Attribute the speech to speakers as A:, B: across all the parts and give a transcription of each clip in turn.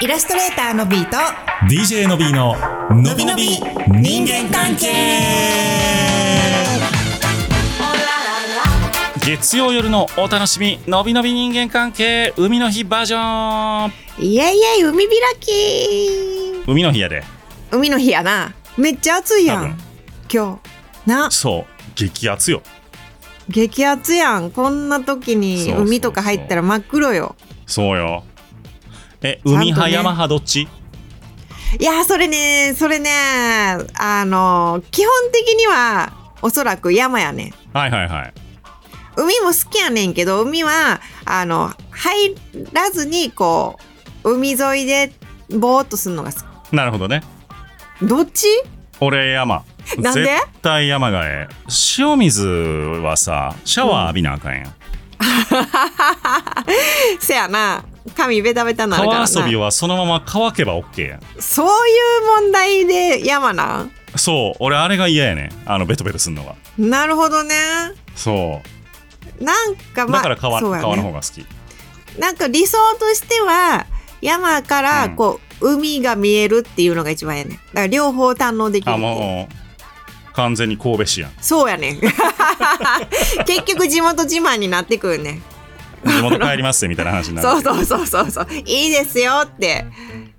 A: イラストレーターのビーと
B: DJ のびーののびのび人間関係月曜夜のお楽しみのびのび人間関係海の日バージョン
A: イエイイエイ海開き
B: 海の日やで
A: 海の日やなめっちゃ暑いやん今日な
B: そう激アツよ
A: 激アツやんこんな時
B: そう
A: に
B: そうそう
A: 海とか入ったら真っ黒よ
B: そうよえ
A: ゃんとね
B: 海派山派どっち
A: いやーそれねそれねあのー基本的にはおそらく山やねん
B: はいはいはい
A: 海も好きやねんけど海はあの入らずにこう海沿いでぼーっとするのが好き
B: なるほどね
A: どっち
B: 俺山
A: なんで
B: 絶対山がええ塩水はさシャワー浴びなあかんやん、
A: せやな髪ベタベタなるからな
B: 川遊びはそのまま乾けば OK やん
A: そういう問題で山なん
B: そう俺あれが嫌やねんあのベトベトすんのが
A: なるほどね
B: そ
A: なんか
B: う
A: ま
B: だ
A: あ
B: から川,、
A: そうや
B: 川の
A: ね
B: 方が好き
A: なんか理想としては山から
B: うん
A: こう、海が見えるっていうのが一番やねんだから両方堪能できるっ
B: あ
A: ていう
B: もう完全に神戸市やん
A: そうやねん 結局地元自慢になってくるね
B: 地元帰りますってみたいな話になる
A: そうそうそうそうそういいですよって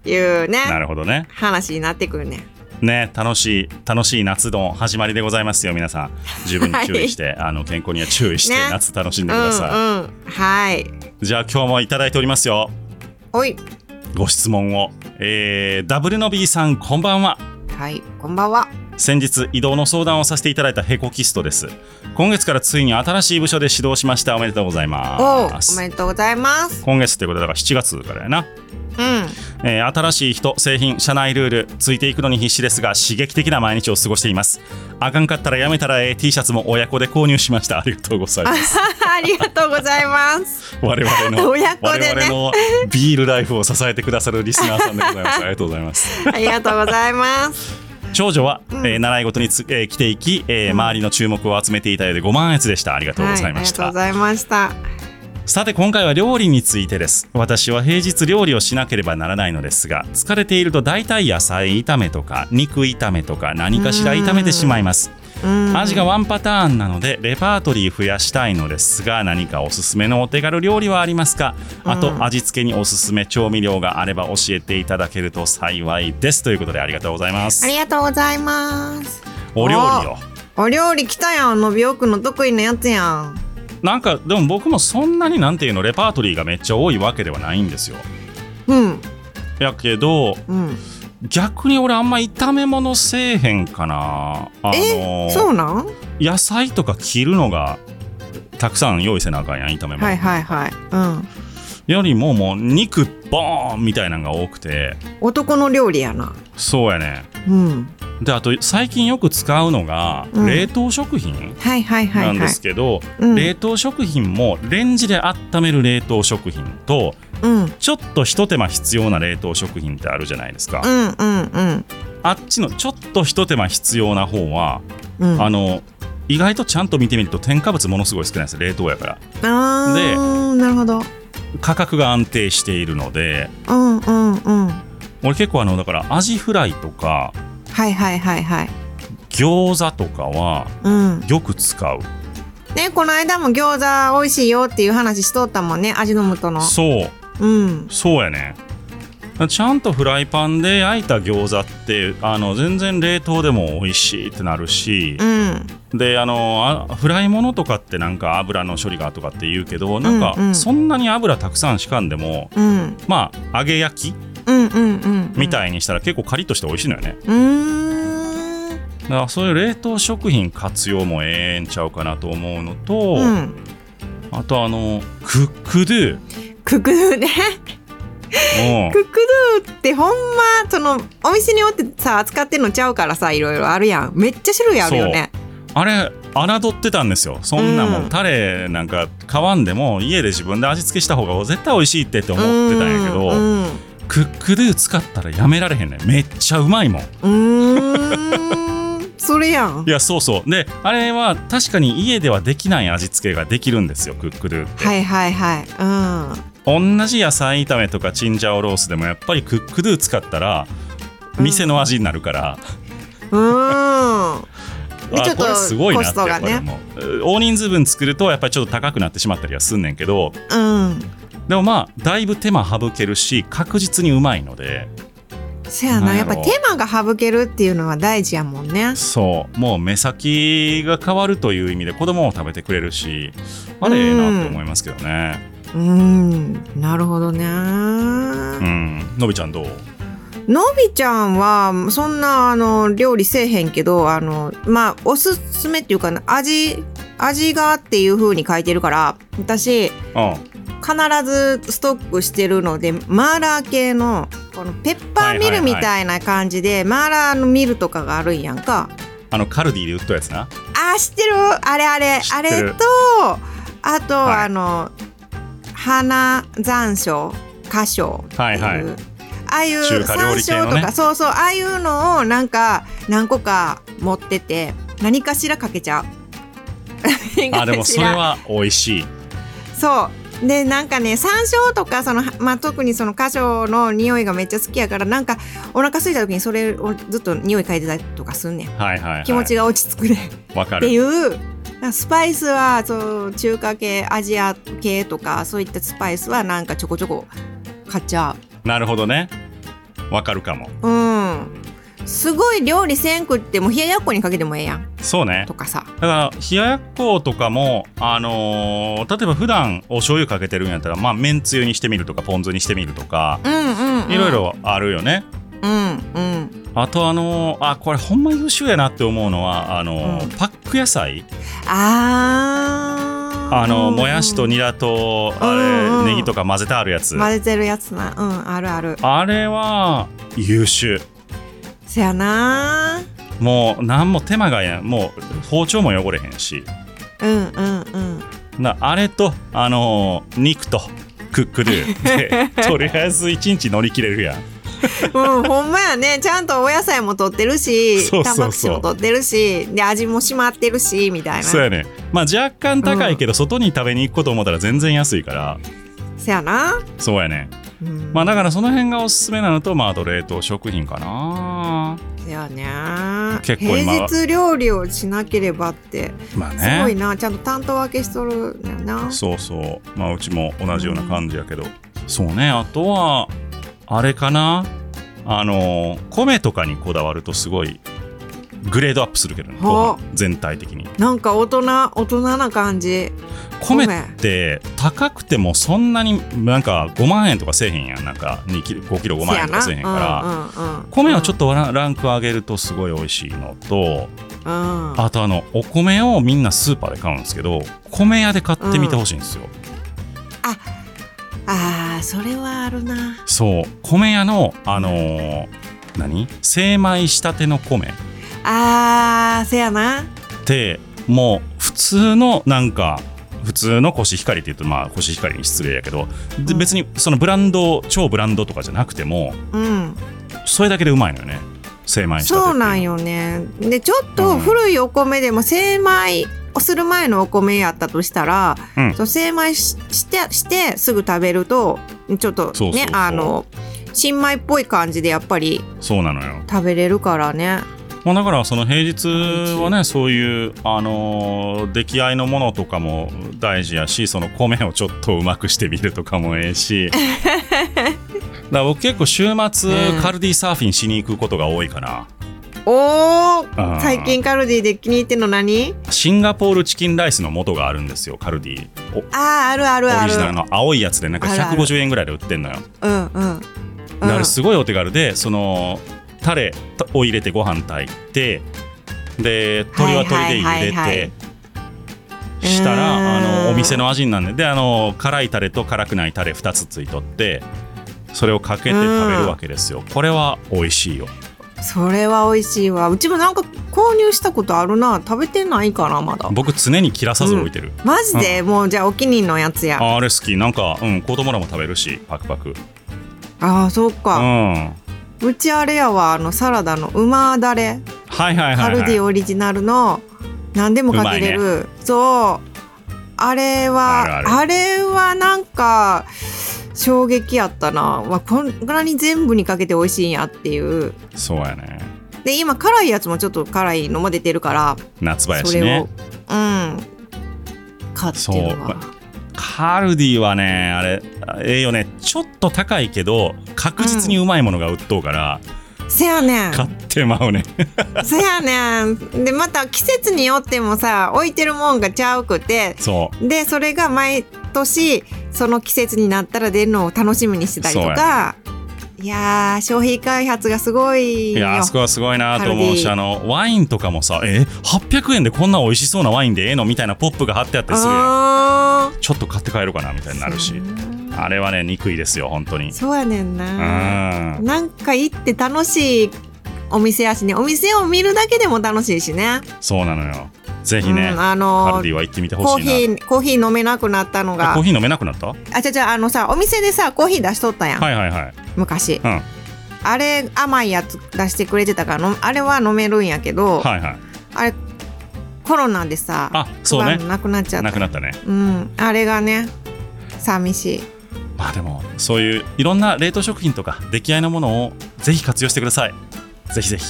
A: いう
B: な
A: ね
B: るほどね
A: 話になってくるね
B: ね楽しい楽しい夏の始まりでございますよ皆さん十分に注意して、あの健康には注意して、
A: ね
B: 夏楽しん
A: う
B: で
A: ん
B: く
A: う
B: ださい、
A: んはい
B: じゃあ今日もいただいておりますよ
A: おい
B: ご質問を、えー、ダブルの B さんこんばんは
A: はいこんばんは
B: 先日移動の相談をさせていただいたヘコキストです今月からついに新しい部署で指導しましたおめでとうござい
A: おう
B: ま
A: お
B: す
A: めでとうございます
B: 今月ってことだから7月からやな、
A: うん
B: えー新しい人製品社内ルールついていくのに必死ですが刺激的な毎日を過ごしていますあかんかったらやめたらええ T シャツも親子で購入しましたありがとうございます
A: ありがとうございます。
B: 我々 の
A: 親子でね
B: 我々のビールライフを支えてくださるリスナーさんでございますありがとうございます
A: ありがとうございます。
B: 長女は、
A: うん
B: えー習い事につ、えー来ていき、えー周りの注目を集めていたようでご満悦でしたありがとうございまし
A: は
B: た、
A: ありがとうございました。
B: さて今回は料理についてです私は平日料理をしなければならないのですが疲れていると大体野菜炒めとか肉炒めとか何かしら炒めてしまいます
A: うん
B: 味がワンパターンなのでレパートリー増やしたいのですが何かおすすめのお手軽料理はありますかあと味付けにおすすめ調味料があれば教えていただけると幸いですということでありがとうございま
A: あ
B: す
A: りがとうございます。
B: お料理よ
A: お料理来たやん、のびおくんの得意なやつやん。
B: なんかでも僕もそんなになんていうのレパートリーがめっちゃ多いわけではないんですよ
A: うん、
B: やけど
A: うん。
B: 逆に俺あんま炒め物せえへんかなあの
A: え、そうなん。
B: 野菜とか切るのがたくさん用意せなあかんやん炒め物、
A: はいはいはい。うん。
B: よりももう肉ボーンみたいなのが多くて
A: 男の料理やな。
B: そうやね
A: うん。
B: であと最近よく使うのが
A: うん
B: 冷凍食品、
A: はいはいは
B: ないん
A: は
B: で
A: い。
B: すけど、
A: うん
B: 冷凍食品もレンジで温める冷凍食品と
A: うん、うん
B: ちょっとひと手間必要な冷凍食品ってあるじゃないですか、
A: うんうん。
B: あっちのちょっとひと手間必要な方は、
A: うん。
B: あの意外とちゃんと見てみると添加物ものすごい少ないです冷凍やから
A: あーなるほど。
B: 価格が安定しているので
A: うんうんうん。
B: 俺結構あのだからアジフライとか
A: はいはいはいはい。
B: 餃子とかは
A: うん。
B: よく使う
A: ね、この間も餃子美味しいよっていう話しとったもんね味の素の
B: そう
A: うん
B: そうやねちゃんとフライパンで焼いた餃子ってあの全然冷凍でも美味しいってなるし
A: う、ん
B: であのあフライものとかってなんか油の処理がとかって言うけどなん
A: うんう
B: か
A: ん
B: そんなに油たくさんしかんでも、
A: うん
B: まあ揚げ焼き
A: うんうんうん
B: み
A: い
B: たいにしたら結構カリッとして美味しいのよね
A: うーん
B: だからそういう冷凍食品活用もええんちゃうかなと思うのと、
A: うん
B: あとあのクックドゥ
A: クックドゥね
B: うん
A: クックドゥってほんまそのお店によってさ扱ってんのちゃうからさいろいろあるやんめっちゃ種類あるよね
B: あれ侮ってたんですよそんなも
A: うん
B: んタレなんか買わんでも家で自分で味付けした方が絶対美味しいってって思ってたんやけど、
A: うんうん
B: クックドゥ使ったらやめられへんねんめっちゃうまいもんいう
A: ーんそれやん
B: やそうそうであれは確かに家ではできない味付けができるんですよクックドゥって、
A: はいはいはい
B: 同じ野菜炒めとかチンジャオロースでもやっぱりクックドゥ使ったら
A: うん
B: 店の味になるから、
A: うーん。で
B: あ
A: ちょっと
B: これすごいなって
A: コストが
B: やっぱり
A: ね
B: 思う、大人数分作るとやっぱりちょっと高くなってしまったりはすんねんけど
A: うん。
B: でもまあだいぶ手間省けるし確実にうまいので
A: せや
B: な
A: な、や
B: んや
A: っ
B: ろ
A: ぱ手間が省けるっていうのは大事やもんね。
B: そうもう目先が変わるという意味で子供も食べてくれるしあれええなって思いますけどね
A: うーん、なるほどね。
B: うん、のびちゃんどう
A: のびちゃんはそんなあの料理せえへんけど、あのまあおすすめっていうかな味味がっていう風に書いてるから、私必
B: うん
A: ずストックしてるので、マーラー系のこのペッパーミルみたいな感じで、マーラーのミルとかがあるんやんか。
B: あのカルディで売ったやつな
A: あー知ってるあれあれ
B: 知っ
A: あ
B: てる
A: れとあと、
B: はい
A: あの花山椒花椒っていう、
B: はいはい
A: ああいう
B: 中華
A: 山
B: 料理系
A: 椒
B: の
A: と
B: ね
A: か、そうそうああいうのをなんか何個か持ってて何かしらかけちゃう 何かしら
B: あでもそれは美味しい
A: そうでなんかね山椒とかその、まあ、特にその花椒の匂いがめっちゃ好きやからなんかお腹空いた時にそれをずっと匂い嗅いでたりとかすんねん
B: はいはい、はい、
A: 気持ちが落ち着くねん
B: わか
A: って
B: る
A: いうスパイスはそう中華系アジア系とかそういったスパイスはなんかちょこちょこ買っちゃ
B: なるほどねわかるかも
A: ううんすごい料理せんくっても冷ややっこにかけてもええやん
B: そうね
A: とかさ
B: だから冷ややっことかも、あのー例えば普段お醤油かけてるんやったら、まあ、めんつゆにしてみるとかポン酢にしてみるとか
A: うんうん、うん、
B: いろいろあるよね。
A: うんうん
B: あとあのーあこれほんま優秀やなって思うのはあのー
A: うん
B: パック野菜
A: あー
B: あのー
A: うん
B: もやしとニラと
A: うん
B: あ
A: うん
B: れネギとか混ぜてあるやつ
A: 混ぜてるやつなうんあるある
B: あれは優秀
A: せやな
B: もう何も手間がやんもう包丁も汚れへんし
A: うんうんうん
B: なあれとあのー肉とクックル ーでとりあえず一日乗り切れるやん。
A: うん、ほんまやね。ちゃんとお野菜も取ってるし
B: そう、そ
A: タ
B: うそう
A: ンパク質も取ってるし、で、味も締まってるし、みたいな。
B: そうやねまあ若干高いけど、外に食べに行くこと思ったら全然安いから
A: せやな。
B: そうやね
A: うん、
B: まあだからその辺がおすすめなのとまああと冷凍食品かな
A: せやね。
B: 結構今
A: 平日料理をしなければって、
B: まあ
A: すごい
B: ね
A: な。ちゃんと担当分けしとるんだよな。
B: そうそうまあうちも同じような感じやけど、そうねあとはあれかなあの米とかにこだわるとすごいグレードアップするけどね
A: ほ
B: ご
A: う
B: 飯全体的に
A: なんか大人、大人な感じ。
B: 米って高くてもそんなになんか5万円とかせえへんやんなんか2キロ5キロ5万円とかせ
A: せや
B: えへん
A: な
B: から、
A: うんうんうん、
B: 米をちょっ
A: と、
B: とラランク上げるとすごい美味しいのと
A: うん、あ
B: あとあのお米をみんなスーパーで買うんですけど米屋で買ってみてほしいんですよ、
A: あー、それはあるな。
B: そう米屋のあのー何精米したての米っ
A: あー、せやな。
B: てもう普通のなんか普通のコシヒカリって言うとまあコシヒカリに失礼やけど、で
A: うん
B: 別にそのブランド超ブランドとかじゃなくても
A: うん。
B: それだけでうまいのよね精米したてっていのは
A: そうなんよねでちょっと古いお米でも精米をする前のお米やったとしたら、
B: うん
A: そう精米ししてしてすぐ食べるとちょっとね
B: そうそうそう
A: あの新米っぽい感じでやっぱり
B: そうなのよ
A: 食べれるからね
B: まあ、だからその平日はねそういう、あのー出来合いのものとかも大事やしその米をちょっとうまくしてみるとかもえ えしだから僕結構週末、
A: うん
B: カルディサーフィンしに行くことが多いかな
A: お
B: あー
A: ー最近カルディで気に入ってんの何
B: シンガポールチキンライスの元があるんですよカルディお
A: あーあるある
B: オ
A: あ
B: リ
A: る
B: ジナルの青いやつでなんか
A: あるある
B: 150円ぐらいで売ってんのよ
A: うんうん
B: だか
A: うん
B: らすごいお手軽でそのタレを入れてご飯炊いてで鶏は鶏で
A: はいはいはい
B: 茹で
A: はい
B: てした
A: う
B: らあ
A: ーん
B: のお店の味になるんでであの辛いタレと辛くないタレ2つついとってそれをかけて食べるわけですよこれは美味しいよ
A: それは美味しいわうちもなんか購入したことあるな食べてないかなまだ
B: 僕常に切らさず置いてる、
A: マジで、もうじゃあお気に入りのやつや
B: あれ好きなんか、うん、子供らも食べるしパクパク
A: ああそう
B: うん
A: か、
B: は
A: うちあれやわあのサラダの馬だれ、
B: いはいはい、
A: カルディ
B: はい、
A: オリジナルの何でもかけれ
B: う
A: る、そうあれは
B: あ
A: あ
B: るある
A: れはなんか衝撃やったな、まあ、こんなに全部にかけて美味しいんやっていう
B: そうやね
A: で今辛いやつもちょっと辛いのも出てるから
B: 夏場や
A: それ
B: し
A: を、
B: ね
A: うん買って
B: そう
A: る
B: ま
A: わ
B: カルディはねあれええよねちょっと高いけど確実にうまいものが売っとうから、
A: せやねん
B: 買ってまうね
A: せやねんでまた季節によってもさ置いてるもんがちゃうくて
B: そう
A: でそれが毎年その季節になったら出るのを楽しみにしてたりとかいやー商品開発がすごい
B: い
A: よ
B: やあそこはすごいなと思うし
A: カ
B: あ
A: ル
B: のワインとかもさえ800円でこんな美味しそうなワインでええのみたいなポップが貼ってあったりするやん
A: あー
B: ちょっと買って帰ろうかなみたいになるしあれはね憎いですよ本当に
A: そうやねん
B: う
A: な、
B: ん
A: なんか行って楽しいお店やしねお店を見るだけでも楽しいしね
B: そうなのよぜひね
A: うん、あ
B: カ
A: の
B: ルディは行ってみて
A: コ
B: ほ
A: ー
B: しい
A: ヒ
B: な
A: ーコーヒー飲めなくなったの
B: あ
A: が
B: コーヒー飲めなくなったは
A: あちゃちゃあのさお店でさコーヒー出しとったやん、
B: いはいはい
A: 昔
B: うんはい
A: あれ甘いやつ出してくれてたからのあれは飲めるんやけど、
B: はい
A: あれコロナでさ
B: あそうね
A: 配るのなくなっちゃった
B: なくなったね
A: うんあれがね寂しい
B: まあでもそういういろんな冷凍食品とか出来合いのものをぜひ活用してくださいぜひぜひ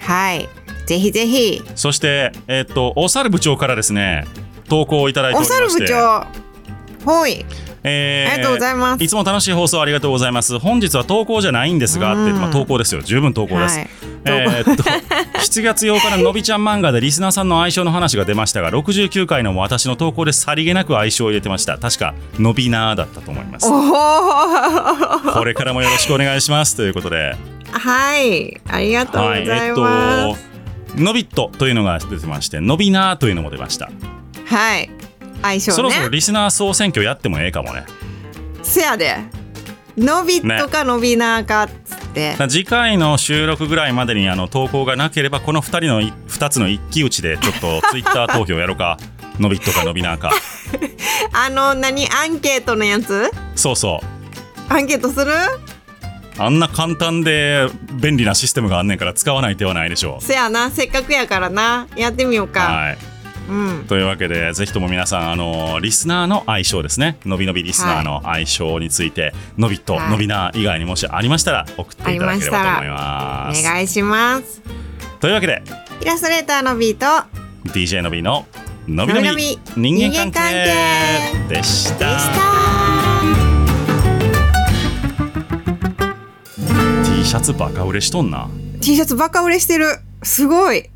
A: はいぜひぜひ
B: そしてえっとお猿部長からですね投稿をいただいてお
A: お
B: りまして
A: 猿部長ほい
B: えー
A: ありがとうございます
B: いつも楽しい放送ありがとうございます。本日は投稿じゃないんですが、って
A: うん
B: まあ、投稿ですよ。十分投稿です。
A: はい
B: えーっと 7月8日ののびちゃん漫画でリスナーさんの愛称の話が出ましたが、69回の私の投稿でさりげなく愛称を入れてました。確かのびなーだったと思います。
A: おお
B: これからもよろしくお願いしますということで、
A: はいありがとうござ
B: はいい、えーっ
A: ま
B: と
A: す、
B: のびっとというのが出てまして、のびなーというのも出ました。
A: はい、相性ね
B: そろそろリスナー総選挙やってもええかもね。
A: せやで伸びとか伸びなかっつって、
B: だから次回の収録ぐらいまでにあの投稿がなければこの2人のい2つの一騎打ちでちょっとツイッター投票やろうか 伸びっとか伸びなーか
A: あの何アンケートのやつ
B: そうそう
A: アンケートする
B: あんな簡単で便利なシステムがあんねんから使わない手はないでしょう
A: せやなせっかくやからなやってみようか、
B: はい、
A: うん
B: というわけでぜひとも皆さんあのリスナーの相性ですねのびのびリスナーの相性について、のびっと、
A: はい
B: のびなー以外にもしありましたら送っていただければと思い
A: お
B: ます
A: 願いします
B: というわけで
A: イラストレーターのビート
B: DJ のびののびの
A: のび
B: び
A: のび
B: 人間関
A: 人
B: 係
A: で
B: でし
A: したた
B: T シャツバカ売れしとんな
A: T シャツバカ売れしてるすごい